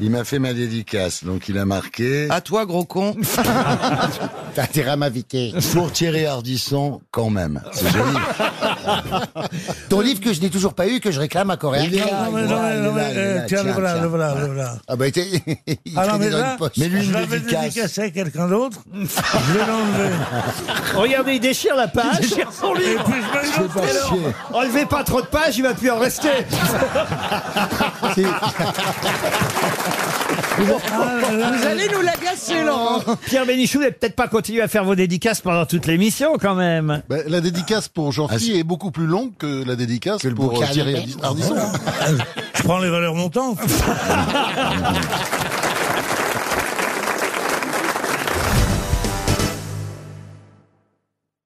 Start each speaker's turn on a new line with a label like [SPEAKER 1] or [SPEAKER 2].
[SPEAKER 1] Il m'a fait ma dédicace, donc il a marqué.
[SPEAKER 2] À toi, gros con.
[SPEAKER 3] T'as intérêt à m'inviter.
[SPEAKER 1] Pour Thierry Hardisson, quand même. C'est joli.
[SPEAKER 3] Ton livre que je n'ai toujours pas eu, que je réclame à Coréen.
[SPEAKER 1] Il est là,
[SPEAKER 4] Non, mais,
[SPEAKER 1] il est
[SPEAKER 4] non,
[SPEAKER 1] là, il
[SPEAKER 4] mais,
[SPEAKER 1] est
[SPEAKER 4] non,
[SPEAKER 1] là,
[SPEAKER 4] mais,
[SPEAKER 1] il est
[SPEAKER 4] euh,
[SPEAKER 1] là.
[SPEAKER 4] tiens, le
[SPEAKER 1] Tiens,
[SPEAKER 4] voilà,
[SPEAKER 1] tiens.
[SPEAKER 4] le voilà, le voilà.
[SPEAKER 3] Ah bah, il était- il
[SPEAKER 4] Ah non,
[SPEAKER 3] traînait
[SPEAKER 4] mais
[SPEAKER 3] dans
[SPEAKER 4] là,
[SPEAKER 3] une poche.
[SPEAKER 1] Mais lui,
[SPEAKER 4] Je
[SPEAKER 1] une
[SPEAKER 4] l'avais
[SPEAKER 1] dédicace.
[SPEAKER 4] dédicacé à quelqu'un d'autre. Je vais l'enlever.
[SPEAKER 5] Regardez, il déchire la page. son
[SPEAKER 4] Et
[SPEAKER 5] livre.
[SPEAKER 4] puis je vais
[SPEAKER 1] Pas
[SPEAKER 4] l'enlever.
[SPEAKER 1] chier.
[SPEAKER 5] Enlevez pas trop de pages, il va plus en rester. Ah
[SPEAKER 6] Vous allez nous l'agacer, Laurent.
[SPEAKER 5] Pierre Bénichou, vous n'avez peut-être pas continué à faire vos dédicaces pendant toute l'émission, quand même.
[SPEAKER 1] Bah,
[SPEAKER 7] Ben, la dédicace pour Jean-Phi est beaucoup plus longue que la dédicace
[SPEAKER 3] Ah, le
[SPEAKER 7] pour
[SPEAKER 3] bouquin Ah,
[SPEAKER 7] euh, Thierry
[SPEAKER 3] lui-même.
[SPEAKER 7] Ardisson.
[SPEAKER 4] Je prends les valeurs montantes.